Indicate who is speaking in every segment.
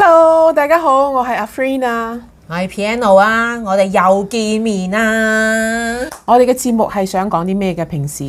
Speaker 1: Hello，大家好，我係阿 Freen 啊。
Speaker 2: 我係 Piano 啊，我哋又見面啦。
Speaker 1: 我哋嘅節目係想講啲咩嘅？平時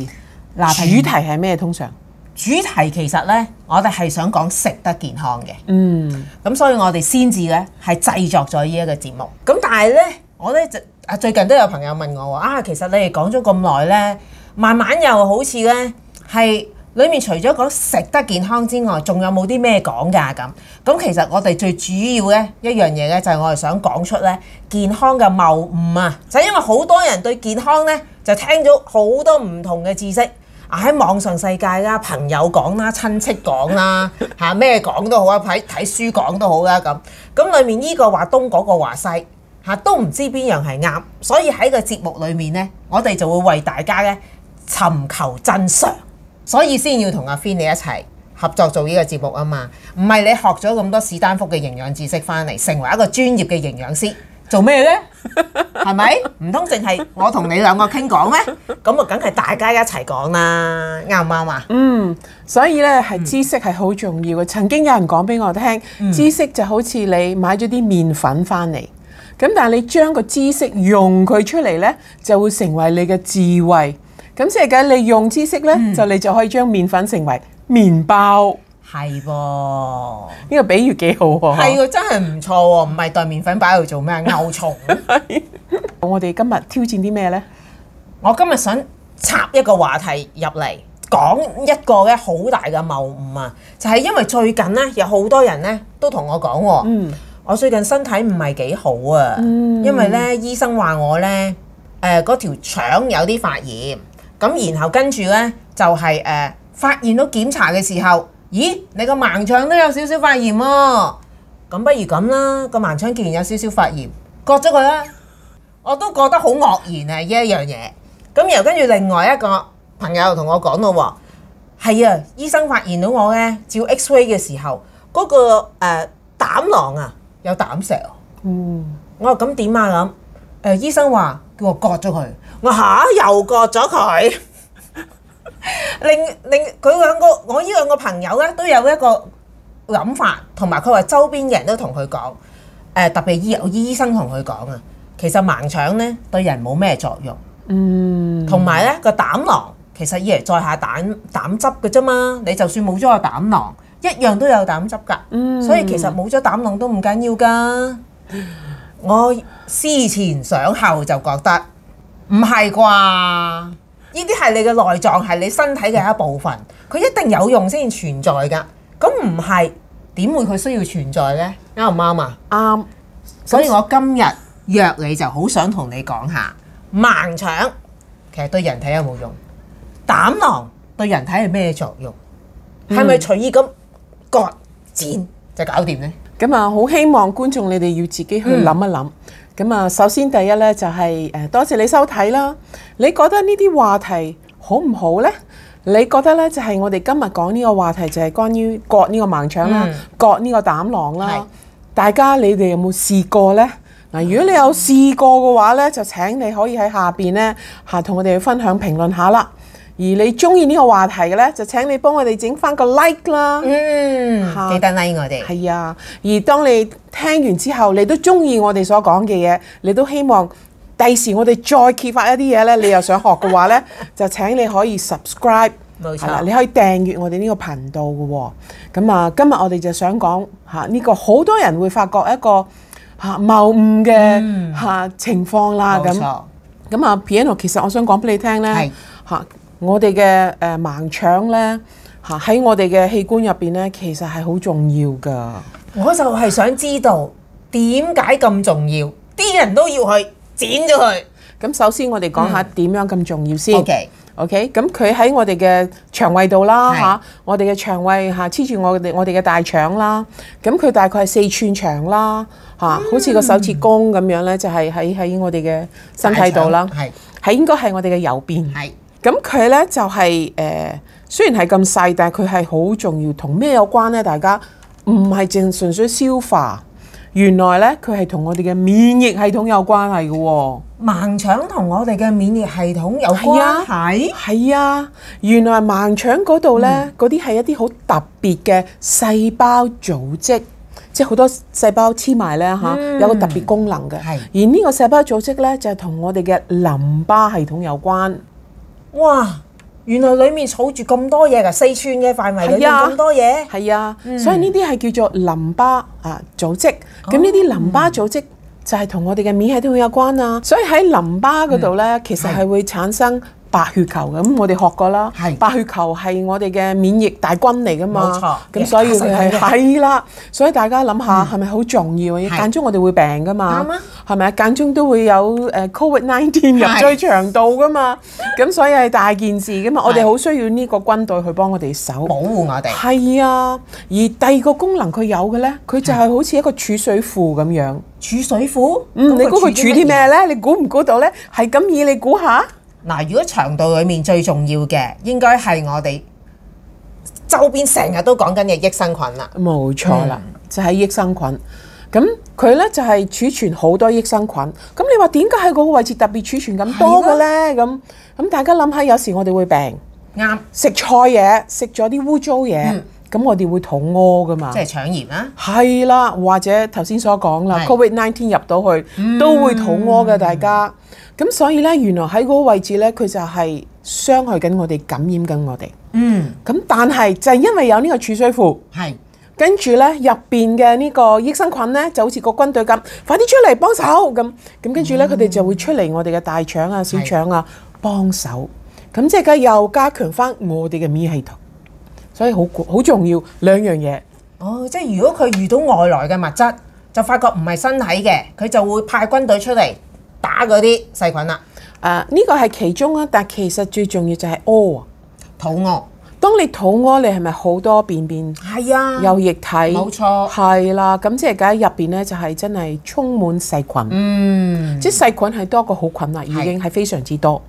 Speaker 1: 嗱，
Speaker 2: 平
Speaker 1: 主題係咩？通常
Speaker 2: 主題其實呢，我哋係想講食得健康嘅，
Speaker 1: 嗯，
Speaker 2: 咁所以我哋先至呢係製作咗呢一個節目。咁但係呢，我呢就啊最近都有朋友問我話啊，其實你哋講咗咁耐呢，慢慢又好似呢係裡面除咗講食得健康之外，仲有冇啲咩講㗎咁？咁其實我哋最主要呢一樣嘢呢，就係我哋想講出呢健康嘅謬誤啊，就係因為好多人對健康呢，就聽咗好多唔同嘅知識。啊喺網上世界啦，朋友講啦，親戚講啦， 嚇咩講都好啊，睇睇書講都好啦咁。咁裡面呢個話東，嗰個話西，嚇都唔知邊樣係啱。所以喺個節目裡面呢，我哋就會為大家呢尋求真相，所以先要同阿 Fin 你一齊。合作做呢個節目啊嘛，唔係你學咗咁多史丹福嘅營養知識翻嚟，成為一個專業嘅營養師，做咩呢？係咪？唔通淨係我同你兩個傾講咩？咁啊，梗係大家一齊講啦，啱唔啱啊？
Speaker 1: 所以呢，係知識係好重要嘅。曾經有人講俾我聽，知識就好似你買咗啲麵粉翻嚟，咁但係你將個知識用佢出嚟呢，就會成為你嘅智慧。咁即係嘅，你用知識呢，就你就可以將麵粉成為麵包。
Speaker 2: 係噃，
Speaker 1: 呢、個比喻幾好喎、
Speaker 2: 係喎，真係唔錯喎，唔係袋麵粉擺喺度做咩？啊牛蟲。
Speaker 1: 我哋今日挑戰啲咩呢？
Speaker 2: 我今日想插一個話題入嚟，講一個咧好大嘅謬誤啊！就係、因為最近呢，有好多人呢都同我講喎，
Speaker 1: 嗯
Speaker 2: 我最近身體唔係幾好啊，因為呢醫生話我呢誒嗰條腸有啲發炎，咁然後跟住呢，就係、呃發現到檢查嘅時候，咦你個盲腸都有少少發炎喎、咁不如咁啦，個盲腸既然有少少發炎，割咗佢啦。我都覺得好愕然啊！呢一樣嘢，咁然後跟住另外一個朋友同我講咯喎，係啊，醫生發現到我呢，照 X-ray 嘅時候，嗰、個、呃、膽囊啊有膽石啊。
Speaker 1: 嗯。
Speaker 2: 我話咁點啊咁？誒、醫生話叫我割咗佢，我吓、又割咗佢。 另另佢兩個，我呢兩個朋友咧都有一個諗法，同埋佢話周邊嘅人都同佢講，誒、呃特別醫有醫生同佢講啊，其實盲腸咧對人冇咩作用。
Speaker 1: 嗯，
Speaker 2: 同埋咧個膽囊其實以嚟載下膽膽汁嘅啫嘛，你就算冇咗個膽囊，一樣都有膽汁㗎。
Speaker 1: 嗯
Speaker 2: 所以其實冇咗膽囊都唔緊要㗎。我思前想後就覺得唔係啩？呢啲係你嘅內臟，係你身體嘅一部分，佢一定有用先存在㗎。咁唔係點會佢需要存在呢？啱唔啱啊？
Speaker 1: 啱，
Speaker 2: 所以我今日約你就好想同你講下盲腸其實對人體有冇用，膽囊對人體係咩作用，係咪隨意咁割剪就搞掂呢？
Speaker 1: 咁啊，好希望觀眾你哋要自己去
Speaker 2: 嗯
Speaker 1: 諗一諗。咁啊、首先第一呢，就係、誒，多謝你收睇啦。你覺得呢啲話題好唔好呢？你覺得呢，就係、我哋今日講呢個話題就係關於割呢個盲腸啦
Speaker 2: 嗯、
Speaker 1: 割呢個膽囊啦
Speaker 2: 係。
Speaker 1: 大家你哋有冇試過呢？嗱，如果你有試過嘅話呢，就請你可以喺下邊呢，嚇同我哋分享評論下啦。而你中意呢個話題嘅呢，就請你幫我哋整翻個 like 啦。
Speaker 2: 嗯
Speaker 1: 嚇，
Speaker 2: 記得 like 我哋。
Speaker 1: 係啊，而當你聽完之後，你都中意我哋所講嘅嘢，你都希望第時我哋再揭發一啲嘢呢，你又想學嘅話 呢，就請你可以 subscribe。
Speaker 2: 冇錯
Speaker 1: 係啦你可以訂閱我哋呢個頻道嘅喎。咁啊，今日我哋就想講嚇呢個好多人會發覺一個嚇謬誤嘅嚇情況啦。
Speaker 2: 嗯冇
Speaker 1: 咁
Speaker 2: 錯，
Speaker 1: 咁啊，Piano，其實我想講俾你聽咧
Speaker 2: 係，
Speaker 1: 嚇我哋嘅誒盲腸咧，嚇喺我哋嘅器官入邊咧，其實係好重要噶。
Speaker 2: 我就係想知道點解咁重要，啲人都要去剪咗佢。
Speaker 1: 咁首先我哋講下點樣咁重要先。
Speaker 2: 嗯 OK，
Speaker 1: OK，咁佢喺我哋嘅腸胃度啦
Speaker 2: 係
Speaker 1: 嚇，我哋嘅腸胃嚇黐住我哋我哋嘅大腸啦，咁佢大概係四寸長啦嚇，
Speaker 2: 嗯
Speaker 1: 好似個手指公咁樣咧，就係喺喺我哋嘅身體度啦
Speaker 2: 大，腸係
Speaker 1: 係應該係我哋嘅右邊。
Speaker 2: 係
Speaker 1: 咁佢呢就係、呃雖然係咁細，但係佢係好重要。同咩有關呢？大家唔係淨純粹消化，原來呢，佢係同我哋嘅免疫系統有關係嘅喎。
Speaker 2: 盲腸同我哋嘅免疫系統有
Speaker 1: 係啊
Speaker 2: 關係。
Speaker 1: 係啊，原來盲腸嗰度呢，嗰啲係一啲好特別嘅細胞組織，即係好多細胞黐埋咧嚇，有個特別功能嘅。
Speaker 2: 係
Speaker 1: 而呢個細胞組織咧就係同我哋嘅淋巴系統有關。
Speaker 2: 哇！原來裡面儲住咁多嘢㗎，四寸嘅範圍裏
Speaker 1: 係
Speaker 2: 面
Speaker 1: 啊
Speaker 2: 咁多嘢，
Speaker 1: 係啊，
Speaker 2: 嗯
Speaker 1: 所以呢啲係叫做淋巴啊組織。
Speaker 2: 哦
Speaker 1: 咁呢啲淋巴組織就係同我哋嘅免疫系統有關啊。所以喺淋巴嗰度
Speaker 2: 嗯
Speaker 1: 呢，其實係會產生白血球嘅。咁我哋學過啦
Speaker 2: 係，
Speaker 1: 白血球係我哋嘅免疫大軍嚟噶嘛。
Speaker 2: 冇錯
Speaker 1: 咁所以
Speaker 2: 打細
Speaker 1: 係
Speaker 2: 菌嘅
Speaker 1: 係啦。所以大家諗下係咪好重要啊？間中我哋會病噶嘛
Speaker 2: 嗯啱啊，
Speaker 1: 係咪啊？間中都會有誒 Covid nineteen 入
Speaker 2: 係
Speaker 1: 追腸道噶嘛。咁所以係大件事噶嘛。我哋
Speaker 2: 係
Speaker 1: 好需要呢個軍隊去幫我哋手。
Speaker 2: 保護我哋。
Speaker 1: 係啊，而第二個功能佢有嘅呢，佢就係好似一個儲水庫咁樣。
Speaker 2: 儲水庫，
Speaker 1: 嗯，你估佢儲啲
Speaker 2: 乜嘢
Speaker 1: 咩？呢？你估唔估到呢？係咁以你估下，
Speaker 2: 嗱，如果腸道裡面最重要嘅，應該係我哋周邊成日都講緊嘅益生菌啦。
Speaker 1: 冇錯啦，嗯就係益生菌。咁佢呢就係儲存好多益生菌。咁你話點解喺嗰個位置特別儲存咁多嘅呢？咁咁大家諗下，有時我哋會病，
Speaker 2: 啱，
Speaker 1: 食菜嘢，食咗啲污糟嘢，咁、我哋會肚屙噶嘛
Speaker 2: 即。係腸炎啦。
Speaker 1: 係啦，或者頭先所講啦
Speaker 2: 係
Speaker 1: ，Covid nineteen 入到去、都會肚屙嘅，大家。咁所以呢，原來喺嗰個位置呢，佢就係傷害緊我哋，感染緊我哋。
Speaker 2: 嗯，
Speaker 1: 咁但係就係因為有呢個儲水庫，
Speaker 2: 係。
Speaker 1: 跟住呢入邊嘅呢個益生菌呢，就好似個軍隊咁，快啲出嚟幫手咁。咁跟住呢，佢哋就會出嚟我哋嘅大腸啊、小腸啊幫手。咁即係又加強翻我哋嘅免疫系統，所以好好重要兩樣嘢。
Speaker 2: 哦，即係如果佢遇到外來嘅物質，就發覺唔係身體嘅，佢就會派軍隊出嚟打嗰啲細菌啦。
Speaker 1: 啊，呢個係其中啊，但其實最重要就係屙啊。
Speaker 2: 肚餓
Speaker 1: 當你肚屙，你係咪好多便便
Speaker 2: 係啊，
Speaker 1: 有液體？
Speaker 2: 冇錯
Speaker 1: 係啦。咁即係梗係入邊咧，就係真係充滿細菌，
Speaker 2: 嗯，
Speaker 1: 即係細菌係多過好菌啦，已經係非常之多。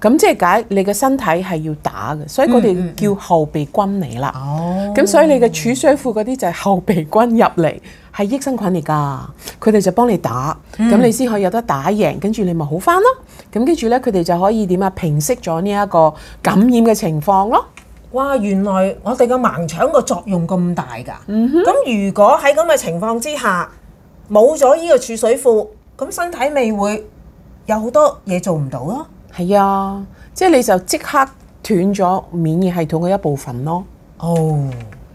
Speaker 1: 咁即係解你嘅身體係要打嘅，所以佢
Speaker 2: 嗯
Speaker 1: 哋叫後備軍嚟啦。
Speaker 2: 哦，
Speaker 1: 咁所以你嘅儲水庫嗰啲就係後備軍入嚟，係益生菌嚟㗎，佢哋就幫你打，咁你先可以有得打贏，跟住你咪好翻咯。咁跟住呢，佢哋就可以點啊，平息咗呢一個感染嘅情況咯。
Speaker 2: 哇，原來我哋嘅盲腸個作用咁大㗎。咁、如果喺咁嘅情況之下，冇咗呢個儲水庫，咁身體咪會有好多嘢做唔到咯。
Speaker 1: 係啊，即係你就即刻斷咗免疫系統嘅一部分咯。
Speaker 2: 哦，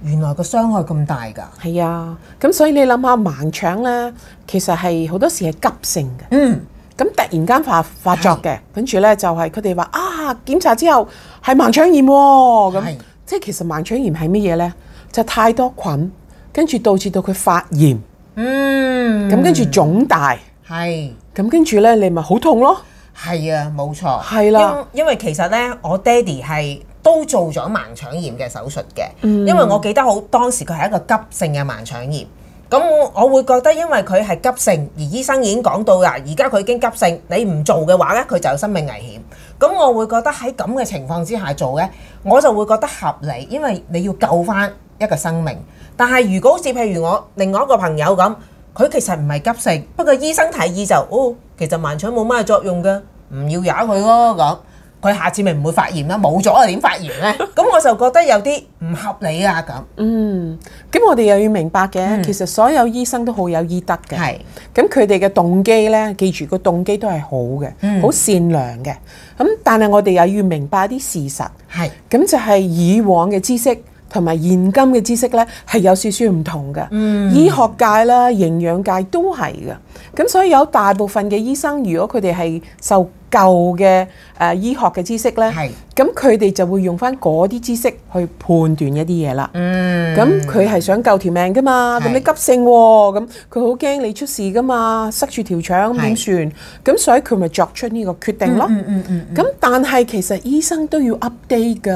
Speaker 2: 原來個傷害咁大㗎。
Speaker 1: 係啊，咁所以你諗下盲腸呢，其實係好多時係急性嘅。
Speaker 2: 嗯，
Speaker 1: 咁突然間發發作嘅，跟住呢就係佢哋話啊，檢查之後係盲腸炎喎、
Speaker 2: 係
Speaker 1: 咁即係其實盲腸炎係乜嘢呢？就太多菌，跟住導致到佢發炎，
Speaker 2: 嗯，
Speaker 1: 咁跟住腫大，
Speaker 2: 係。
Speaker 1: 咁跟住呢，你咪好痛咯。
Speaker 2: 係啊，冇錯。
Speaker 1: 係啦
Speaker 2: 因因為其實呢，我爹哋係都做咗盲腸炎嘅手術嘅，
Speaker 1: 嗯
Speaker 2: 因為我記得好當時佢係一個急性嘅盲腸炎。咁我我會覺得，因為佢係急性，而醫生已經講到啦，而家佢已經急性，你唔做嘅話呢，佢就有生命危險。咁我會覺得喺咁嘅情況之下做呢，我就會覺得合理，因為你要救翻一個生命。但係如果好似譬如我另外一個朋友咁，佢其實唔係急性，不過醫生提議就哦，其實盲腸冇乜作用嘅，唔要咬佢咯咁。佢下次咪唔會發炎啦，冇咗啊點發炎 呢？咁我就覺得有啲唔合理啊咁。
Speaker 1: 嗯，咁我哋又要明白嘅，其實所有醫生都好有醫德嘅。
Speaker 2: 嗯係
Speaker 1: 咁佢哋嘅動機呢，記住個動機都係好嘅，好、
Speaker 2: 嗯
Speaker 1: 善良嘅。咁但係我哋又要明白啲事實。
Speaker 2: 係
Speaker 1: 咁就係以往嘅知識同埋現今嘅知識呢，係有少少唔同嘅。
Speaker 2: 嗯
Speaker 1: 醫學界啦、營養界都係嘅。咁所以有大部分嘅醫生，如果佢哋係受舊嘅誒醫學嘅知識呢，
Speaker 2: 係
Speaker 1: 咁佢哋就會用翻嗰啲知識去判斷一啲嘢啦。
Speaker 2: 嗯
Speaker 1: 咁佢係想救條命噶嘛？
Speaker 2: 係
Speaker 1: 咁你急性喎，咁佢好驚你出事噶嘛？塞住條腸
Speaker 2: 係
Speaker 1: 點算？咁所以佢咪作出呢個決定咯。
Speaker 2: 嗯嗯嗯，
Speaker 1: 咁但係其實醫生都要 update 㗎。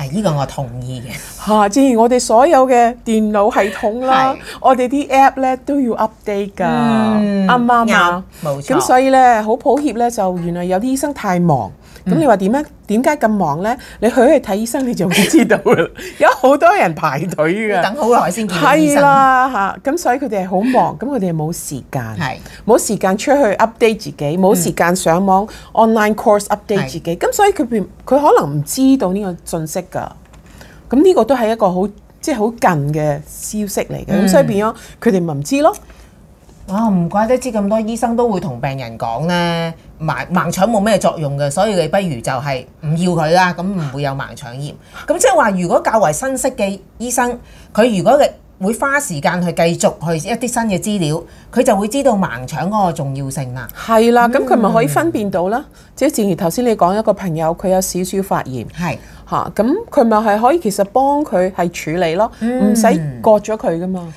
Speaker 2: 啊呢個我同意嘅。
Speaker 1: 嚇、正如我哋所有嘅電腦系統啦
Speaker 2: 係，
Speaker 1: 我哋啲 app 咧都要 update 㗎，
Speaker 2: 嗯
Speaker 1: 啱唔啱啊？
Speaker 2: 啱冇錯
Speaker 1: 咁所以咧，好抱歉咧，就原來有啲醫生太忙。咁
Speaker 2: 嗯
Speaker 1: 你話點咧？點解咁忙咧？你去去睇醫生，你就會知道㗎 啦。有好多人排隊㗎，
Speaker 2: 等好耐先見到
Speaker 1: 啊係
Speaker 2: 醫生。
Speaker 1: 啦嚇。咁所以佢哋係好忙，咁佢哋係嗯冇時間，
Speaker 2: 係
Speaker 1: 冇時間出去 update 自己，冇時間上網 online course update
Speaker 2: 係
Speaker 1: 自己。咁所以佢變佢可能唔知道呢個信息㗎。咁呢個都係一個好即係好近嘅消息嚟嘅，咁、所以變咗佢哋咪唔知咯。
Speaker 2: 哇！啊唔怪得知咁多醫生都會同病人講咧，盲盲腸冇咩作用嘅，所以你不如就係唔要佢啦，咁唔會有盲腸炎。咁即係話，如果較為新式嘅醫生，佢如果你會花時間去繼續去一啲新嘅資料，佢就會知道盲腸嗰個重要性啦。
Speaker 1: 係啦，咁佢咪可以分辨到啦。即係正如頭先你講一個朋友，佢有少少發炎
Speaker 2: 係，
Speaker 1: 嚇，咁佢咪係可以其實幫佢係處理咯，嗯唔使割咗佢噶嘛。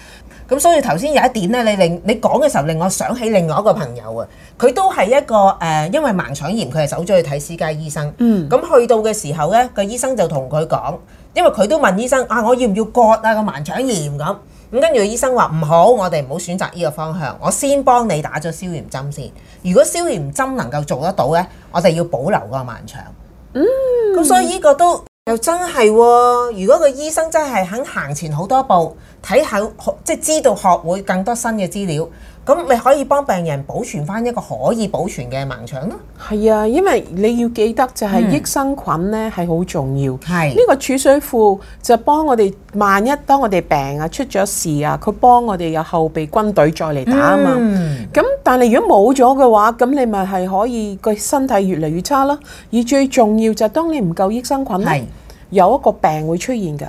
Speaker 2: 咁所以頭先有一點咧，你令你講嘅時候令我想起另外一個朋友啊，佢都係一個誒、呃因為盲腸炎，佢係走咗去睇私家醫生。嗯，咁去到嘅時候咧，個醫生就同佢講，因為佢都問醫生啊，我要唔要割啊個盲腸炎咁。咁跟住醫生話唔好，我哋唔好選擇呢個方向，我先幫你打咗消炎針先。如果消炎針能夠做得到咧，我哋要保留個盲腸。咁所以呢個都又真係喎、如果個醫生真係肯行前好多步，睇下學即係知道學會更多新嘅資料，咁咪可以幫病人保存翻一個可以保存嘅盲腸咯。
Speaker 1: 係啊，因為你要記得就係益生菌咧係好重要。
Speaker 2: 嗯係
Speaker 1: 呢個儲水庫就幫我哋，萬一當我哋病啊、出咗事啊，佢幫我哋有後備軍隊再嚟打啊嘛。
Speaker 2: 嗯
Speaker 1: 咁但係如果冇咗嘅話，咁你咪係可以個身體越嚟越差啦。而最重要就係當你唔夠益生菌咧
Speaker 2: 係，
Speaker 1: 有一個病會出現㗎，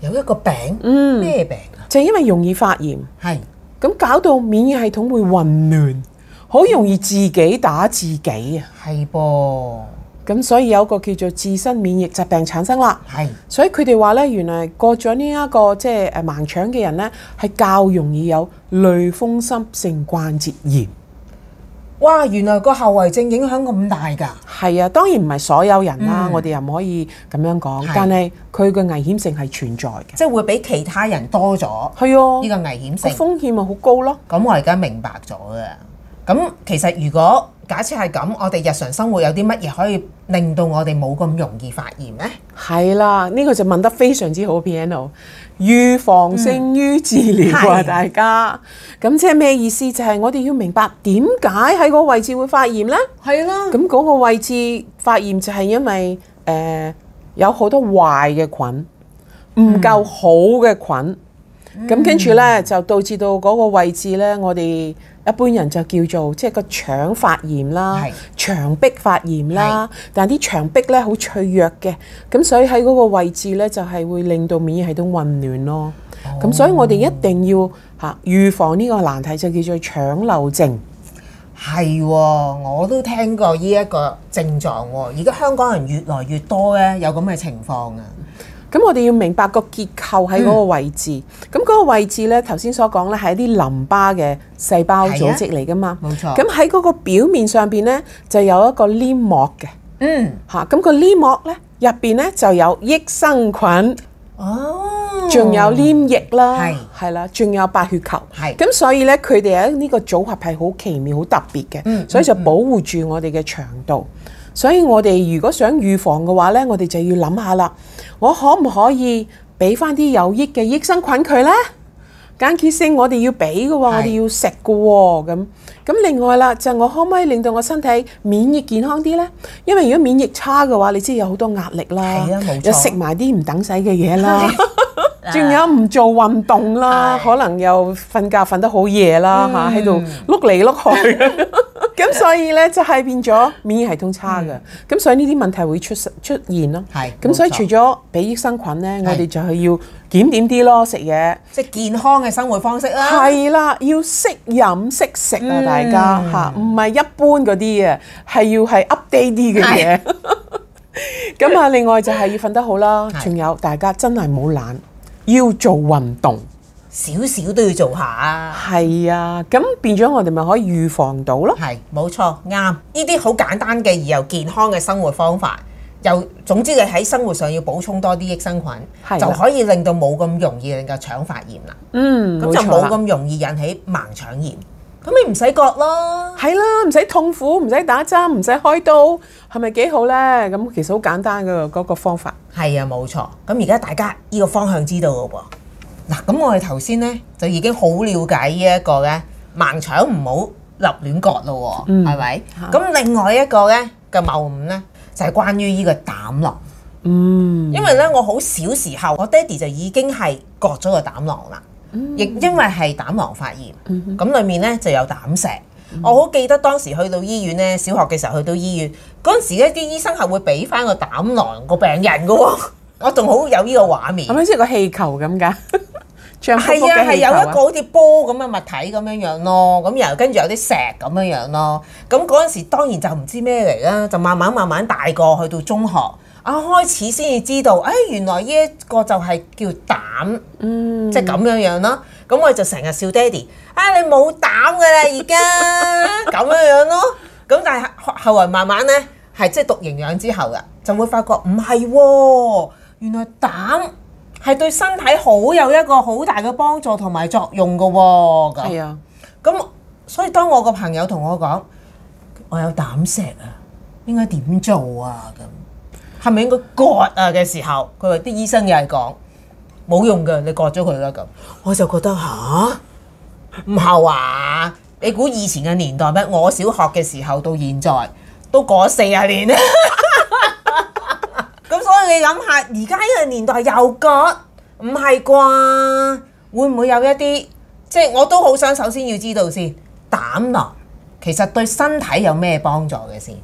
Speaker 2: 有一個病，
Speaker 1: 嗯
Speaker 2: 咩病啊？
Speaker 1: 就係因為容易發炎，
Speaker 2: 係
Speaker 1: 咁搞到免疫系統會混亂，好容易自己打自己啊。
Speaker 2: 係噃，
Speaker 1: 咁所以有一個叫做自身免疫疾病產生啦。
Speaker 2: 係
Speaker 1: 所以佢哋話咧，原來過咗呢一個即係誒盲腸嘅人咧，係較容易有類風濕性關節炎。
Speaker 2: 嗯哇！原來個後遺症影響咁大㗎，
Speaker 1: 係啊，當然唔係所有人啦，我哋又唔可以咁樣講
Speaker 2: 係，
Speaker 1: 但係佢嘅危險性係存在嘅。
Speaker 2: 即係會比其他人多咗
Speaker 1: 係啊，
Speaker 2: 呢個危險
Speaker 1: 個
Speaker 2: 性。
Speaker 1: 風險咪好高咯。
Speaker 2: 咁我而家明白咗啦。咁其實如果假設係咁，我哋日常生活有啲乜嘢可以令到我哋冇咁容易發炎呢？
Speaker 1: 係啦，呢、個就問得非常之好，Piano。預防
Speaker 2: 嗯
Speaker 1: 勝於治療啊，
Speaker 2: 係
Speaker 1: 大家。咁即係咩意思？就係、我哋要明白點解喺個位置會發炎呢？
Speaker 2: 係啦，
Speaker 1: 咁嗰個位置發炎就係因為誒、呃有好多壞嘅菌，唔夠好嘅菌，咁跟住呢，就導致到嗰個位置呢，我哋一般人就叫做即係個腸發炎啦
Speaker 2: 係、
Speaker 1: 腸壁發炎啦，但係啲腸壁呢好脆弱嘅，咁所以喺嗰個位置呢，就係會令到免疫系統混亂咯。咁、所以我哋一定要嚇預防呢個難題，就叫做腸漏症。
Speaker 2: 係喎，我都聽過呢一個症狀喎。而家香港人越來越多咧，有咁嘅情況啊。
Speaker 1: 咁我哋要明白個結構喺嗰
Speaker 2: 嗯
Speaker 1: 個位置，咁嗰、個位置呢，頭先所講呢係一啲淋巴嘅細胞組織嚟噶嘛，
Speaker 2: 係啊冇錯
Speaker 1: 咁喺嗰個表面上邊呢，就有一個黏膜嘅，
Speaker 2: 嗯，
Speaker 1: 嚇、咁、個黏膜呢，入邊呢就有益生菌，
Speaker 2: 哦，
Speaker 1: 仲有黏液啦
Speaker 2: 係，
Speaker 1: 係啦，仲有白血球，
Speaker 2: 係
Speaker 1: 咁所以呢，佢哋喺呢個組合係好奇妙、好特別嘅，
Speaker 2: 嗯
Speaker 1: 所以就保護住我哋嘅腸道。所以我哋如果想預防嘅話呢，我哋就要諗下啦，我可唔可以俾翻啲有益嘅益生菌佢呢？間歇性我哋要俾嘅喎，我哋要食嘅喎，咁咁另外啦，就係我可唔可以令到我身體免疫健康啲呢？因為如果免疫差嘅話，你知有好多壓力啦
Speaker 2: 係啊冇，錯
Speaker 1: 又食埋啲唔等使嘅嘢 啦。
Speaker 2: 嗱
Speaker 1: 仲有唔做運動啦，
Speaker 2: 係
Speaker 1: 可能又瞓覺瞓得好夜啦嚇，喺度碌嚟 碌去，咁所以呢，就係變咗免疫系統差嘅，咁所以呢啲問題會出出現咯。
Speaker 2: 係
Speaker 1: 咁所以
Speaker 2: 冇錯
Speaker 1: 除咗俾益生菌呢，我哋就係要檢點啲咯，食嘢
Speaker 2: 即係健康嘅生活方式啦。
Speaker 1: 係啦，要識飲識食啊，
Speaker 2: 嗯
Speaker 1: 大家嚇，唔係一般嗰啲啊，係要係 update 啲嘅嘢。 咁啊，另外就係要瞓得好啦，
Speaker 2: 係
Speaker 1: 仲有大家真係冇懶，要做運動。
Speaker 2: 少少都要做下啊。
Speaker 1: 係啊，咁變咗我哋咪可以預防到咯。
Speaker 2: 係冇錯，啱。呢啲好簡單嘅而又健康嘅生活方法，又總之你喺生活上要補充多啲益生
Speaker 1: 係啦
Speaker 2: 菌，就可以令到冇咁容易令個腸發炎啦。
Speaker 1: 嗯，
Speaker 2: 咁就
Speaker 1: 錯
Speaker 2: 冇
Speaker 1: 啦。
Speaker 2: 咁容易引起盲腸炎。咁你唔使割咯，
Speaker 1: 係啦，唔使痛苦，唔使打針，唔使開刀，係咪幾好呢？咁其實好簡單嘅嗰個方法。
Speaker 2: 係啊，冇錯。咁而家大家呢個方向知道嘅喎。嗱，咁我哋頭先呢，就已經好了解呢一個呢盲腸唔好立亂割咯喎，係咪、咁另外一個呢嘅謬誤呢，就係、關於呢個膽囊。
Speaker 1: 嗯
Speaker 2: 因為咧，我好小時候，我爹哋就已經係割咗個膽囊啦，亦、因為係膽囊發炎，咁裡面咧就有膽石。我好記得當時去到醫院咧，小學嘅時候去到醫院嗰陣時咧，啲醫生係會俾翻個膽囊個病人嘅喎，我仲好有呢個畫面
Speaker 1: 係。咪即係個氣球咁 㗎？脹卜卜
Speaker 2: 係啊，係
Speaker 1: 嘅氣球
Speaker 2: 有一個好似波咁嘅物體咁樣樣咯，咁然後跟住有啲石咁樣樣咯，咁嗰陣時當然就唔知咩嚟啦，就慢慢慢慢大個去到中學啊，開始先至知道，誒、哎原來呢一個就係叫膽，嗯，即係咁樣樣啦。咁我就成日笑爹哋，啊你冇膽㗎啦而 家，咁樣樣咯。咁但係後後來慢慢咧，係即係讀營養之後嘅，就會發覺唔係喎，原來膽。係對身體好有一個好大嘅幫助同埋作用嘅喎、咁
Speaker 1: 係啊，
Speaker 2: 咁所以當我個朋友同我講，我有膽石啊，應該點做啊？咁係咪應該割啊嘅時候，佢話啲醫生又係講冇用嘅，你割咗佢啦咁。我就覺得吓，唔係話你估以前嘅年代咩？我小學嘅時候到現在都過咗四十年啦。咁所以你諗下，而家呢個年代又割，唔係啩？會唔會有一啲即係我都好想首先要知道先膽囊其實對身體有咩幫助嘅先？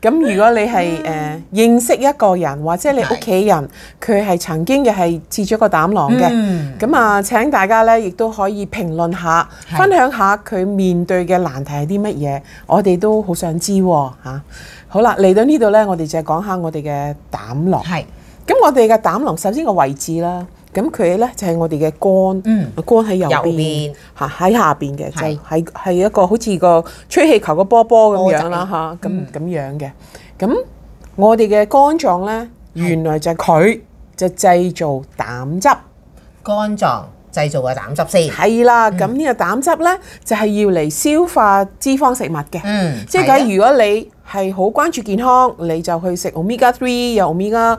Speaker 1: 咁如果你係誒、呃、認識一個人，或者你屋企人佢係曾經嘅係切咗個膽囊嘅，
Speaker 2: 嗯
Speaker 1: 咁啊、請大家咧亦都可以評論下，
Speaker 2: 係
Speaker 1: 分享下佢面對嘅難題係啲乜嘢，我哋都好想知喎、啊好啦，嚟到呢度咧，我哋就講下我哋嘅膽囊。
Speaker 2: 係
Speaker 1: 咁我哋嘅膽囊首先個位置啦，咁佢咧就係我哋嘅肝，
Speaker 2: 嗯
Speaker 1: 肝喺右
Speaker 2: 右
Speaker 1: 邊
Speaker 2: 邊，
Speaker 1: 嚇喺下邊嘅，
Speaker 2: 係
Speaker 1: 就係係一個好似個吹氣球個波波咁樣
Speaker 2: 波
Speaker 1: 啦嚇，
Speaker 2: 嗯
Speaker 1: 咁咁樣嘅。咁我哋嘅肝臟咧，原來就係佢就製造膽汁，
Speaker 2: 肝臟製造嘅膽汁先。
Speaker 1: 係啦。咁呢個膽汁咧就係要嚟消化脂肪食物嘅。
Speaker 2: 嗯，
Speaker 1: 即係
Speaker 2: 係啊
Speaker 1: 假如如果你係好關注健康，你就去食 omega three 又 omega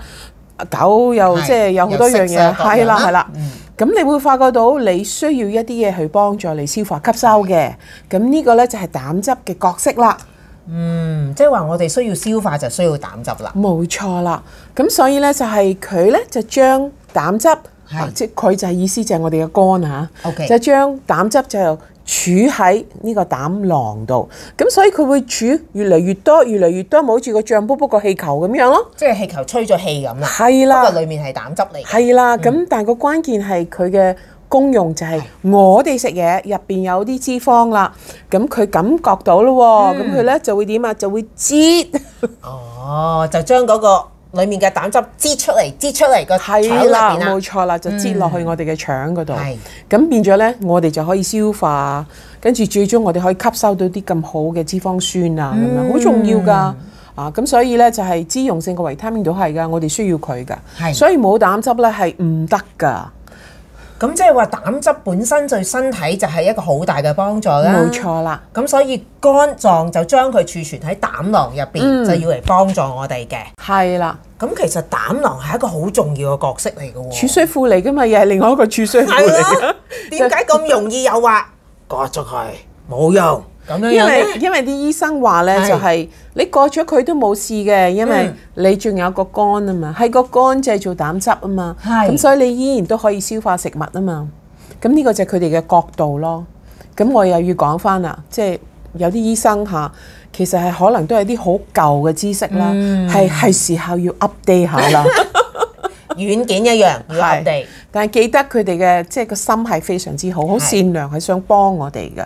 Speaker 1: 九又
Speaker 2: 係
Speaker 1: 即係有好多樣
Speaker 2: 有色素
Speaker 1: 嘢，
Speaker 2: 各樣
Speaker 1: 係啦
Speaker 2: 啦
Speaker 1: 係啦
Speaker 2: 嗯。
Speaker 1: 咁你會發覺到你需要一啲嘢去幫助你消化吸收嘅。咁呢個呢，就係膽汁嘅角色啦，
Speaker 2: 嗯，即係話我哋需要消化就需要膽汁啦。
Speaker 1: 冇錯啦。咁所以呢，就係佢呢，就將膽汁，啊即係佢就係意思就係我哋嘅肝嚇。
Speaker 2: OK，
Speaker 1: 就將膽汁就儲喺呢個膽囊度，咁所以佢會儲越嚟越多，越嚟越多，咪好似個脹卜卜個氣球咁樣咯。
Speaker 2: 即係氣球吹咗氣咁啦。
Speaker 1: 係
Speaker 2: 啊不過嗯
Speaker 1: 啦，
Speaker 2: 裡面係膽汁嚟嘅。
Speaker 1: 係啦，咁但係個關鍵係佢嘅功用就係我哋食嘢入邊有啲脂肪啦，咁佢感覺到咯
Speaker 2: 嗯
Speaker 1: 喎，咁佢咧就會點啊？就會擠。
Speaker 2: 哦，就將嗰個裡面嘅膽汁擠出嚟，擠出嚟個腸入
Speaker 1: 係
Speaker 2: 邊
Speaker 1: 啦，
Speaker 2: 啦
Speaker 1: 冇。錯啦，就擠落去我哋嘅腸嗰度
Speaker 2: 啊嗯係，
Speaker 1: 咁變咗咧，我哋就可以消化，跟住最終我哋可以吸收到啲咁好嘅脂肪酸
Speaker 2: 嗯
Speaker 1: 啊，咁樣好重要㗎。啊，咁所以咧就係脂溶性嘅維他命都係㗎，我哋需要佢
Speaker 2: 係啊
Speaker 1: 㗎，所以冇膽汁咧係唔得㗎，
Speaker 2: 咁即係話膽汁本身對身體就係一個好大嘅幫助啦。
Speaker 1: 冇。錯啦。
Speaker 2: 咁所以肝臟就將佢儲存喺膽囊入邊，
Speaker 1: 嗯
Speaker 2: 就要嚟幫助我哋嘅。
Speaker 1: 係啦，
Speaker 2: 咁其實膽囊係一個好重要嘅角色嚟嘅喎。
Speaker 1: 儲水庫嚟㗎嘛，又係另外一個儲水庫
Speaker 2: 係
Speaker 1: 嚟
Speaker 2: 咯
Speaker 1: 㗎。，
Speaker 2: 點解咁容易又話割咗佢冇用咁樣
Speaker 1: 因
Speaker 2: 樣
Speaker 1: 為
Speaker 2: 咧？
Speaker 1: 因為啲醫生話咧
Speaker 2: 係嗯
Speaker 1: 就係你割咗佢都冇事嘅，因為你仲有個肝啊嘛，係個肝製造膽汁啊嘛，
Speaker 2: 係
Speaker 1: 咁所以你依然都可以消化食物啊嘛。咁呢個就係佢哋嘅角度咯。咁我又要講翻啦，即係有啲醫生嚇，其實係可能都係啲好舊嘅知識啦，
Speaker 2: 嗯
Speaker 1: 係係、時候要 update 下啦。
Speaker 2: 軟件一樣要
Speaker 1: 係
Speaker 2: 我哋
Speaker 1: 但係記得佢哋嘅即係個心係非常之好，好
Speaker 2: 係
Speaker 1: 善良，係想幫我哋嘅。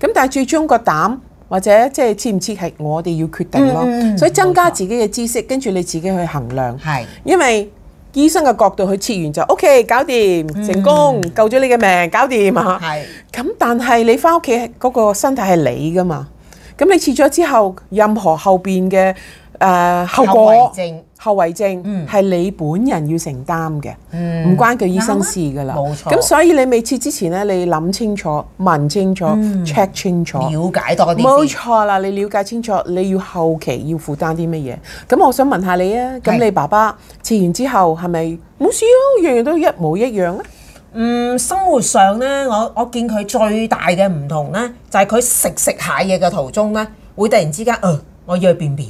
Speaker 1: 咁但係最終個膽或者即係切唔切係我哋要決定咯。
Speaker 2: 嗯嗯
Speaker 1: 所以增加自己嘅知識，跟住你自己去衡量。
Speaker 2: 係
Speaker 1: 因為醫生嘅角度去切完就 OK，搞掂，成功，救咗你嘅命，搞掂啊！
Speaker 2: 係
Speaker 1: 咁但係你翻屋企嗰個身體係你噶嘛？咁你切咗之後，任何後邊嘅誒後
Speaker 2: 後
Speaker 1: 果
Speaker 2: 遺、症
Speaker 1: 後遺
Speaker 2: 嗯
Speaker 1: 症係你本人要承擔嘅，唔關佢醫生事噶啦。
Speaker 2: 啱啊冇錯
Speaker 1: 咁所以你未切之前咧，你諗清楚、問清楚、check 清楚。
Speaker 2: 嗯了解多
Speaker 1: 哦冇
Speaker 2: 啲先。
Speaker 1: 錯啦，你了解清楚，你要後期要負擔啲乜嘢？咁我想問下你啊，咁
Speaker 2: 係
Speaker 1: 你爸爸切完之後係咪冇事啊？樣樣都一模一樣啊？
Speaker 2: 嗯，生活上咧，我我見佢最大嘅唔同咧，就係佢 食食下嘢嘅途中咧，會突然之間，呃，我要去便便。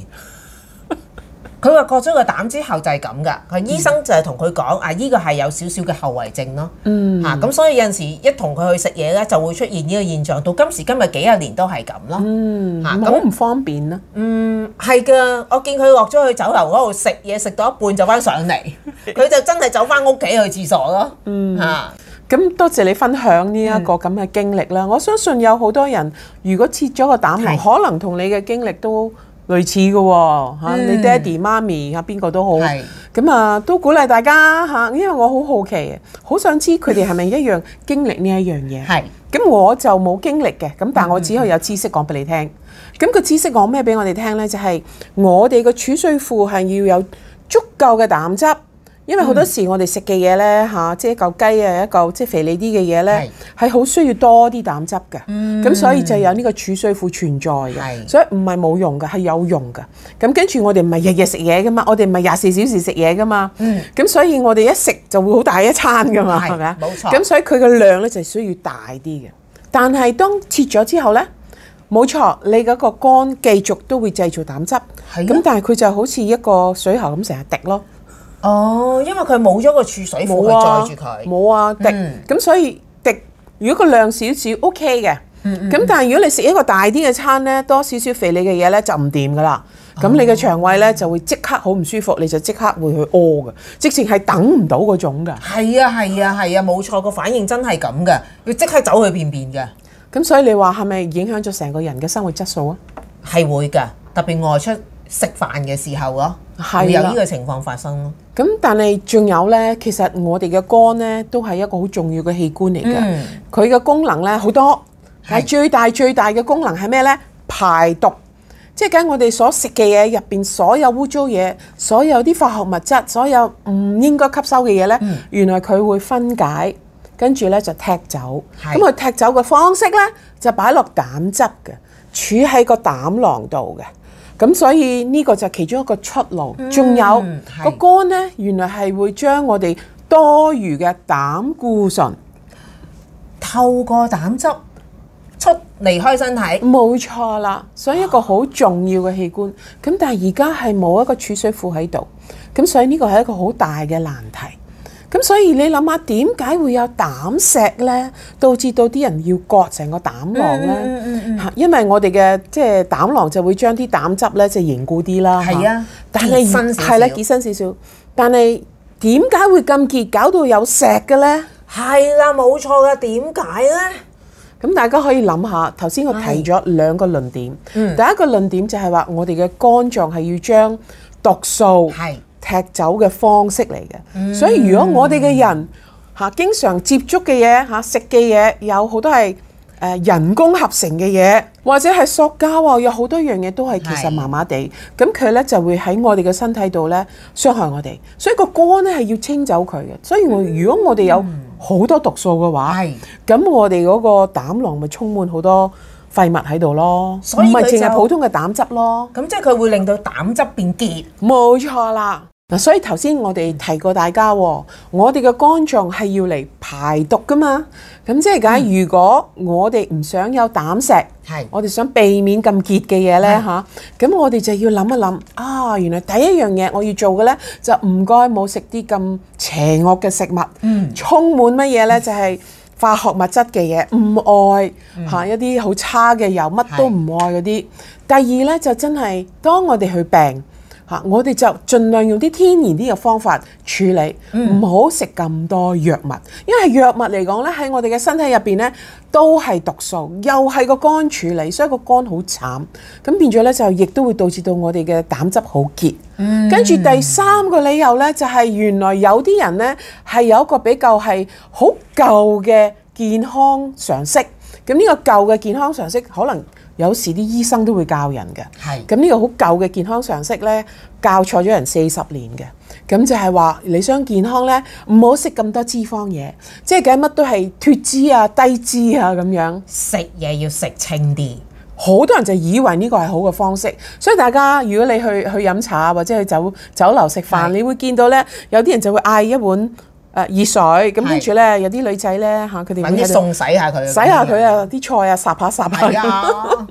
Speaker 2: 佢話割咗個膽之後就係咁噶，佢醫生就係同佢講啊，呢個係有少少嘅後遺症咯。嗯，嚇咁、所以有陣時一同佢去食嘢咧，就會出現呢個現象。到今時今日幾廿年都係咁咯。嗯，嚇
Speaker 1: 好
Speaker 2: 咁
Speaker 1: 唔方便啊啦。
Speaker 2: 嗯係噶，我見佢落咗去酒樓嗰度食嘢，食到一半就翻上嚟，佢就真係走翻屋企去廁所咯。嗯，嚇
Speaker 1: 咁多謝你分享呢一個
Speaker 2: 嗯
Speaker 1: 咁嘅經歷啦。我相信有好多人，如果切咗個膽囊，
Speaker 2: 係
Speaker 1: 可能同你嘅經歷都類似嘅喎、嚇你爹哋媽咪啊，邊個都好。
Speaker 2: 嗯係
Speaker 1: 咁啊，都鼓勵大家嚇，因為我好好奇，好想知佢哋係咪一樣經歷呢一樣嘢。
Speaker 2: 係。
Speaker 1: 咁我就冇經歷嘅，咁但我只可以有知識講俾你聽。咁個知識講咩俾我哋聽呢？就係、我哋個儲水庫係要有足夠嘅膽汁，因為好多時我哋食嘅嘢呢，嚇、即係一嚿雞啊，一嚿即係肥膩啲嘅嘢呢，係好需要多啲膽汁嘅。咁、所以就有呢個儲水庫存在嘅，
Speaker 2: 係
Speaker 1: 所以唔係冇用嘅，係有用嘅。咁跟住我哋唔係日日食嘢噶嘛，我哋唔係廿四小時食嘢噶嘛。咁、所以我哋一食就會好大一餐噶嘛，
Speaker 2: 係
Speaker 1: 係咪啊？
Speaker 2: 冇錯
Speaker 1: 咁所以佢嘅量咧就需要大啲嘅。但係當切咗之後咧，冇錯，你嗰個肝繼續都會製造膽汁。
Speaker 2: 係
Speaker 1: 咁
Speaker 2: 啊
Speaker 1: 但係佢就好似一個水喉咁成日滴咯，
Speaker 2: 哦，因為佢冇咗個儲水庫去載住佢。
Speaker 1: 冇啊滴。咁、所以滴，如果個量少少 OK 嘅。咁但係如果你食一個大啲嘅餐咧，多少少肥膩嘅嘢咧就唔掂噶啦。咁你嘅腸胃咧就會即刻好唔舒服，你就即刻會去屙嘅，直情係等唔到嗰種㗎。
Speaker 2: 係啊係啊係啊，冇錯，個反應真係咁嘅，要即刻走去便便嘅，
Speaker 1: 咁所以你話係咪影響咗成個人嘅生活質素啊？
Speaker 2: 係會嘅，特別外出食飯嘅時候咯，
Speaker 1: 係啦
Speaker 2: 會有呢個情況發生咯。
Speaker 1: 咁但係仲有呢，其實我哋嘅肝呢都係一個好重要嘅器官嚟嘅
Speaker 2: 嗯，
Speaker 1: 佢嘅、功能呢好多，但係最大最大嘅功能係咩呢？排毒，即係梗係我哋所食嘅嘢入邊所有污糟嘢，所有啲化學物質，所有唔應該吸收嘅嘢呢，
Speaker 2: 嗯
Speaker 1: 原來佢會分解，跟住呢就踢走。
Speaker 2: 係
Speaker 1: 咁佢踢走嘅方式呢，就擺落膽汁嘅，儲喺個膽囊度嘅。咁所以呢個就其中一個出路，
Speaker 2: 嗯
Speaker 1: 仲有
Speaker 2: 係
Speaker 1: 個肝呢，原來係會將我哋多餘嘅膽固醇，
Speaker 2: 透過膽汁出離開身體，
Speaker 1: 冇錯啦，所以一個好重要嘅器
Speaker 2: 啊
Speaker 1: 官。咁但係而家係冇一個儲水庫喺度，咁所以呢個係一個好大嘅難題。咁所以你諗下點解會有膽石呢？導致到啲人要割成個膽囊呢？
Speaker 2: 嗯嗯
Speaker 1: 嚇因為我哋嘅即係膽囊就會將啲膽汁呢就凝固啲啦。
Speaker 2: 係啊
Speaker 1: 嚇但係
Speaker 2: 結身少少
Speaker 1: 係啦，結身少少。但係點解會咁結，搞到有石嘅呢？
Speaker 2: 係啦，冇錯嘅，點解呢？
Speaker 1: 咁大家可以諗下，頭先我提咗兩個論點。
Speaker 2: 嗯
Speaker 1: 第一個論點就係話，我哋嘅肝臟係要將毒素
Speaker 2: 係
Speaker 1: 踢走嘅方式嚟嘅。
Speaker 2: 嗯
Speaker 1: 所以如果我哋嘅人嚇、經常接觸嘅嘢嚇食嘅嘢有好多係誒、呃人工合成嘅嘢，或者係塑膠啊，有好多樣嘢都係其實
Speaker 2: 係
Speaker 1: 麻麻地。咁佢咧就會喺我哋嘅身體度咧傷害我哋。所以個肝咧係要清走佢嘅。所以我如果我哋有好多毒素嘅話，
Speaker 2: 嗯係
Speaker 1: 咁我哋嗰個膽囊咪充滿好多廢物喺度咯，
Speaker 2: 所以
Speaker 1: 唔係
Speaker 2: 佢
Speaker 1: 淨係
Speaker 2: 就
Speaker 1: 普通嘅膽汁咯，
Speaker 2: 咁即係佢會令到膽汁變結，
Speaker 1: 冇錯啦。嗱，所以頭先我哋提過大家喎，我哋嘅肝臟係要嚟排毒噶嘛，咁即係
Speaker 2: 嗯
Speaker 1: 解如果我哋唔想有膽石，
Speaker 2: 係
Speaker 1: 我哋想避免咁結嘅嘢呢，吓，咁我哋就要諗一諗啊，原來第一樣嘢我要做嘅呢，就唔該冇食啲咁邪惡嘅食物，充滿乜嘢呢？就係、化學物質嘅嘢，唔愛嚇、一啲好差嘅油，乜都唔愛嗰啲。第二呢，就真係當我哋去病嚇，我哋就盡量用啲天然啲嘅方法處理，唔好食咁多藥物，因為藥物嚟講呢，喺我哋嘅身體入邊呢，都係毒素，又係個肝處理，所以個肝好慘。咁變咗呢，就亦都會導致到我哋嘅膽汁好結。跟住第三個理由呢，就係、原來有啲人呢係有一個比較係好舊嘅健康常識。咁呢個舊嘅健康常識，可能有時啲醫生都會教人嘅。
Speaker 2: 係
Speaker 1: 咁呢個好舊嘅健康常識呢，教錯咗人四十年嘅。咁就係話你想健康呢，唔好食咁多脂肪嘢，即係梗係乜都係脱脂啊、低脂啊咁樣。
Speaker 2: 食嘢要食清啲，
Speaker 1: 好多人就以為呢個係好嘅方式，所以大家如果你去去飲茶或者去酒酒樓食飯，
Speaker 2: 係
Speaker 1: 你會見到呢，有啲人就會嗌一碗誒、呃、熱水，咁跟住呢，有啲女仔呢，嚇佢哋
Speaker 2: 揾
Speaker 1: 會
Speaker 2: 啲
Speaker 1: 喺度
Speaker 2: 餸洗下佢，
Speaker 1: 啊洗下佢，啊，啲菜啊，烚下烚下。
Speaker 2: 係啊，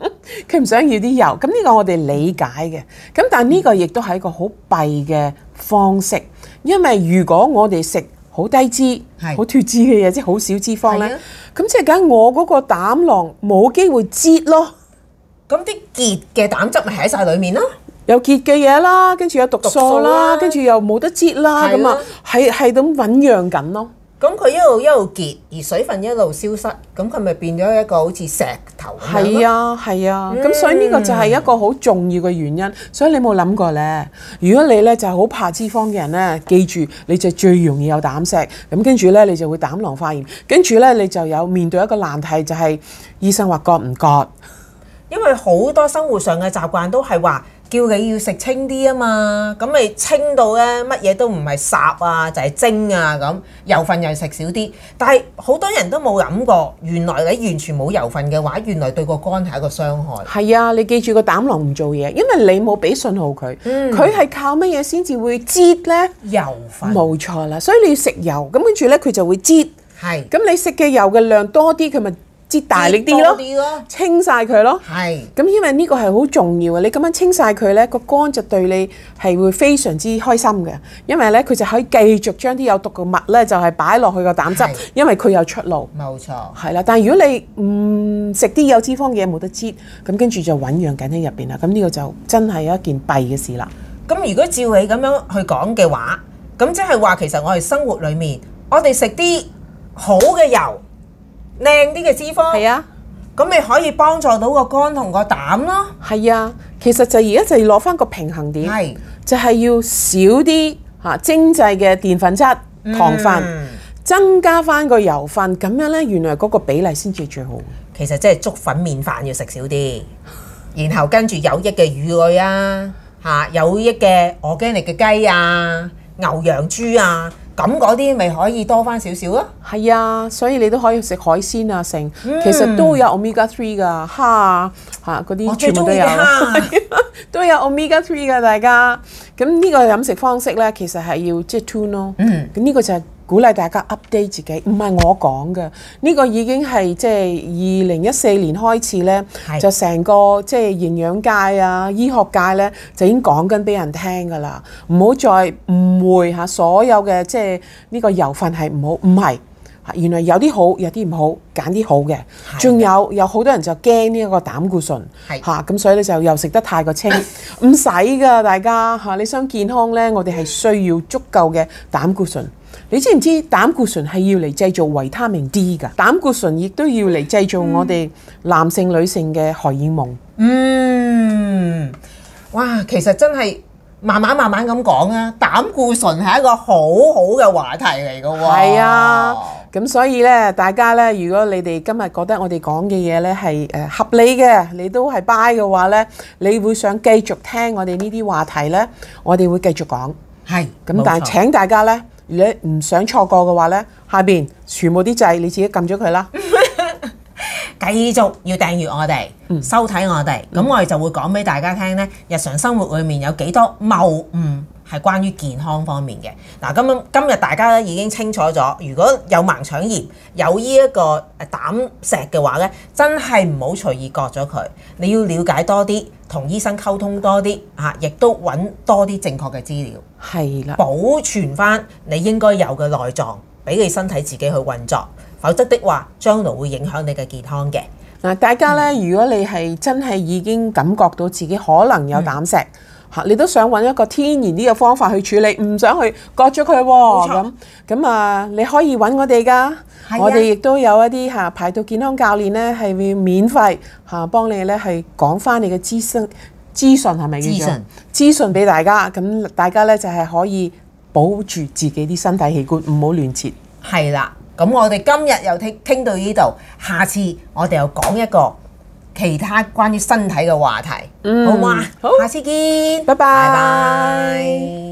Speaker 1: 佢唔想要啲油，咁呢個我哋理解嘅。咁但係呢個亦都係一個好弊嘅方式，因為如果我哋食好低脂、
Speaker 2: 係
Speaker 1: 好脱脂嘅嘢，即係好少脂肪
Speaker 2: 係
Speaker 1: 咧
Speaker 2: 啊，
Speaker 1: 咁即係梗係我嗰個膽囊冇機會擠咯，
Speaker 2: 咁啲結嘅膽汁咪喺晒裡面咯。
Speaker 1: 有結嘅嘢啦，跟住有毒
Speaker 2: 毒
Speaker 1: 素
Speaker 2: 素
Speaker 1: 啦，
Speaker 2: 啦
Speaker 1: 跟住又冇得擠啦，
Speaker 2: 係
Speaker 1: 咁啊
Speaker 2: 啦
Speaker 1: 係係咁醖釀緊咯。
Speaker 2: 咁佢一路一路結，而水分一路消失，咁佢咪變咗一個好似石頭咁樣
Speaker 1: 係
Speaker 2: 咯。
Speaker 1: 啊，係啊，咁、所以呢個就係一個好重要嘅原因。所以你冇諗過呢？如果你呢就係好怕脂肪嘅人呢，記住你就最容易有膽石，咁跟住呢，你就會膽囊發炎，跟住呢，你就有面對一個難題，就係、醫生話割唔割？
Speaker 2: 因為好多生活上嘅習慣都係話叫你要食清啲啊嘛，咁你清到咧乜嘢都唔係烚啊，就係、蒸啊咁，油份又食少啲。但係好多人都冇諗過，原來你完全冇油份嘅話，原來對個肝係一個傷害。
Speaker 1: 係啊，你記住個膽囊唔做嘢，因為你冇俾信號佢，佢係、靠乜嘢先至會擠呢？
Speaker 2: 油份
Speaker 1: 冇錯啦，所以你要食油，咁跟住呢，佢就會擠。
Speaker 2: 係
Speaker 1: 咁你食嘅油嘅量多啲，佢咪擠大力啲
Speaker 2: 多啲咯
Speaker 1: 咯，清晒佢咯。
Speaker 2: 係
Speaker 1: 咁因為呢個係好重要嘅，啊你咁樣清晒佢呢個肝就對你係會非常之開心嘅，因為呢，佢就可以繼續將啲有毒嘅物呢，就係擺落去個膽
Speaker 2: 係
Speaker 1: 汁，因為佢有出路。
Speaker 2: 冇錯。
Speaker 1: 係啦，但係如果你唔食啲有脂肪嘅嘢冇得擠，咁跟住就醖釀緊喺入邊啦。咁呢個就真係一件弊嘅事啦。
Speaker 2: 咁如果照你咁樣去講嘅話，咁即係話其實我哋生活裡面，我哋食啲好嘅油、靚啲嘅脂肪，
Speaker 1: 係啊。
Speaker 2: 咁咪可以幫助到個肝同個膽咯。
Speaker 1: 係啊，其實就而家就要攞翻個平衡點，
Speaker 2: 係
Speaker 1: 就係要少啲嚇精製嘅澱粉質、糖分，增加翻個油分，咁樣呢，原來嗰個比例先至最好。
Speaker 2: 其實即係粥粉麵飯要食少啲，然後跟住有益嘅魚類啊，嚇、有益嘅 organic 嘅雞啊、牛羊豬啊，咁嗰啲咪可以多翻少少咯。
Speaker 1: 係啊，所以你都可以食海鮮啊，成其實都有 omega three 噶蝦啊嚇嗰
Speaker 2: 我
Speaker 1: 啲全
Speaker 2: 最
Speaker 1: 部
Speaker 2: 中
Speaker 1: 都
Speaker 2: 意
Speaker 1: 有
Speaker 2: 嘅，
Speaker 1: 啊
Speaker 2: 蝦，
Speaker 1: 都有 omega three 噶大家。咁呢個飲食方式呢，其實係要即係 tune 咯。
Speaker 2: 嗯，
Speaker 1: 咁呢個就係鼓勵大家 update 自己，唔係我講嘅，呢個已經係即係二零一四年開始呢，
Speaker 2: 係
Speaker 1: 就成個即係營養界啊、醫學界呢，就已經講緊俾人聽㗎啦，唔好再誤會嚇所有嘅即係呢個油份係唔好，唔係。原來有啲好，有啲唔好，揀啲好嘅。
Speaker 2: 係
Speaker 1: 仲有有好多人就驚呢一個膽固醇，
Speaker 2: 係
Speaker 1: 嚇咁、所以咧就又食得太過清，唔使噶大家嚇、你想健康呢，我哋係需要足夠嘅膽固醇。你知唔知膽固醇係要嚟製造維他命 D 㗎？膽固醇亦都要嚟製造我哋男性女性嘅荷爾蒙。
Speaker 2: 嗯，哇，其實真係慢慢慢慢咁講啊，膽固醇係一個好好嘅話題嚟嘅喎。
Speaker 1: 係啊，咁所以呢，大家呢，如果你哋今日覺得我哋講嘅嘢呢係誒合理嘅，你都係 buy 嘅話呢，你會想繼續聽我哋呢啲話題呢，我哋會繼續講。
Speaker 2: 係
Speaker 1: 咁但係
Speaker 2: 冇錯
Speaker 1: 請大家呢，如果你唔想錯過嘅話呢，下邊全部啲掣你自己撳咗佢啦。
Speaker 2: 繼續要訂閱我哋、收睇我哋，咁我哋就會講俾大家聽呢日常生活裏面有幾多謬誤係關於健康方面嘅。嗱，今今日大家已經清楚咗，如果有盲腸炎、有呢一個誒膽石嘅話呢，真係唔好隨意割咗佢，你要了解多啲，同醫生溝通多啲，啊，亦都揾多啲正確嘅資料。
Speaker 1: 係啦，
Speaker 2: 保存翻你應該有嘅內臟，俾你身體自己去運作，否則的話，將來會影響你嘅健康嘅。
Speaker 1: 嗱，大家
Speaker 2: 嗯
Speaker 1: 呢，如果你係真係已經感覺到自己可能
Speaker 2: 嗯
Speaker 1: 有膽石。嚇你都想揾一個天然啲嘅方法去處理，唔想去割咗佢喎。
Speaker 2: 冇錯
Speaker 1: 咁咁啊，你可以揾我哋噶，
Speaker 2: 係啊
Speaker 1: 我哋亦都有一啲嚇排到健康教練呢，係會免費嚇幫你呢，係講翻你嘅資訊資訊係咪叫做
Speaker 2: 資訊
Speaker 1: 資訊俾大家，咁大家呢，就係可以保住自己啲身體器官，唔好亂切。
Speaker 2: 係啦，咁我哋今日又傾傾到呢度，下次我哋又講一個其他關於身體嘅話題，好唔好啊？
Speaker 1: 好
Speaker 2: 下次見，
Speaker 1: 拜拜
Speaker 2: 拜拜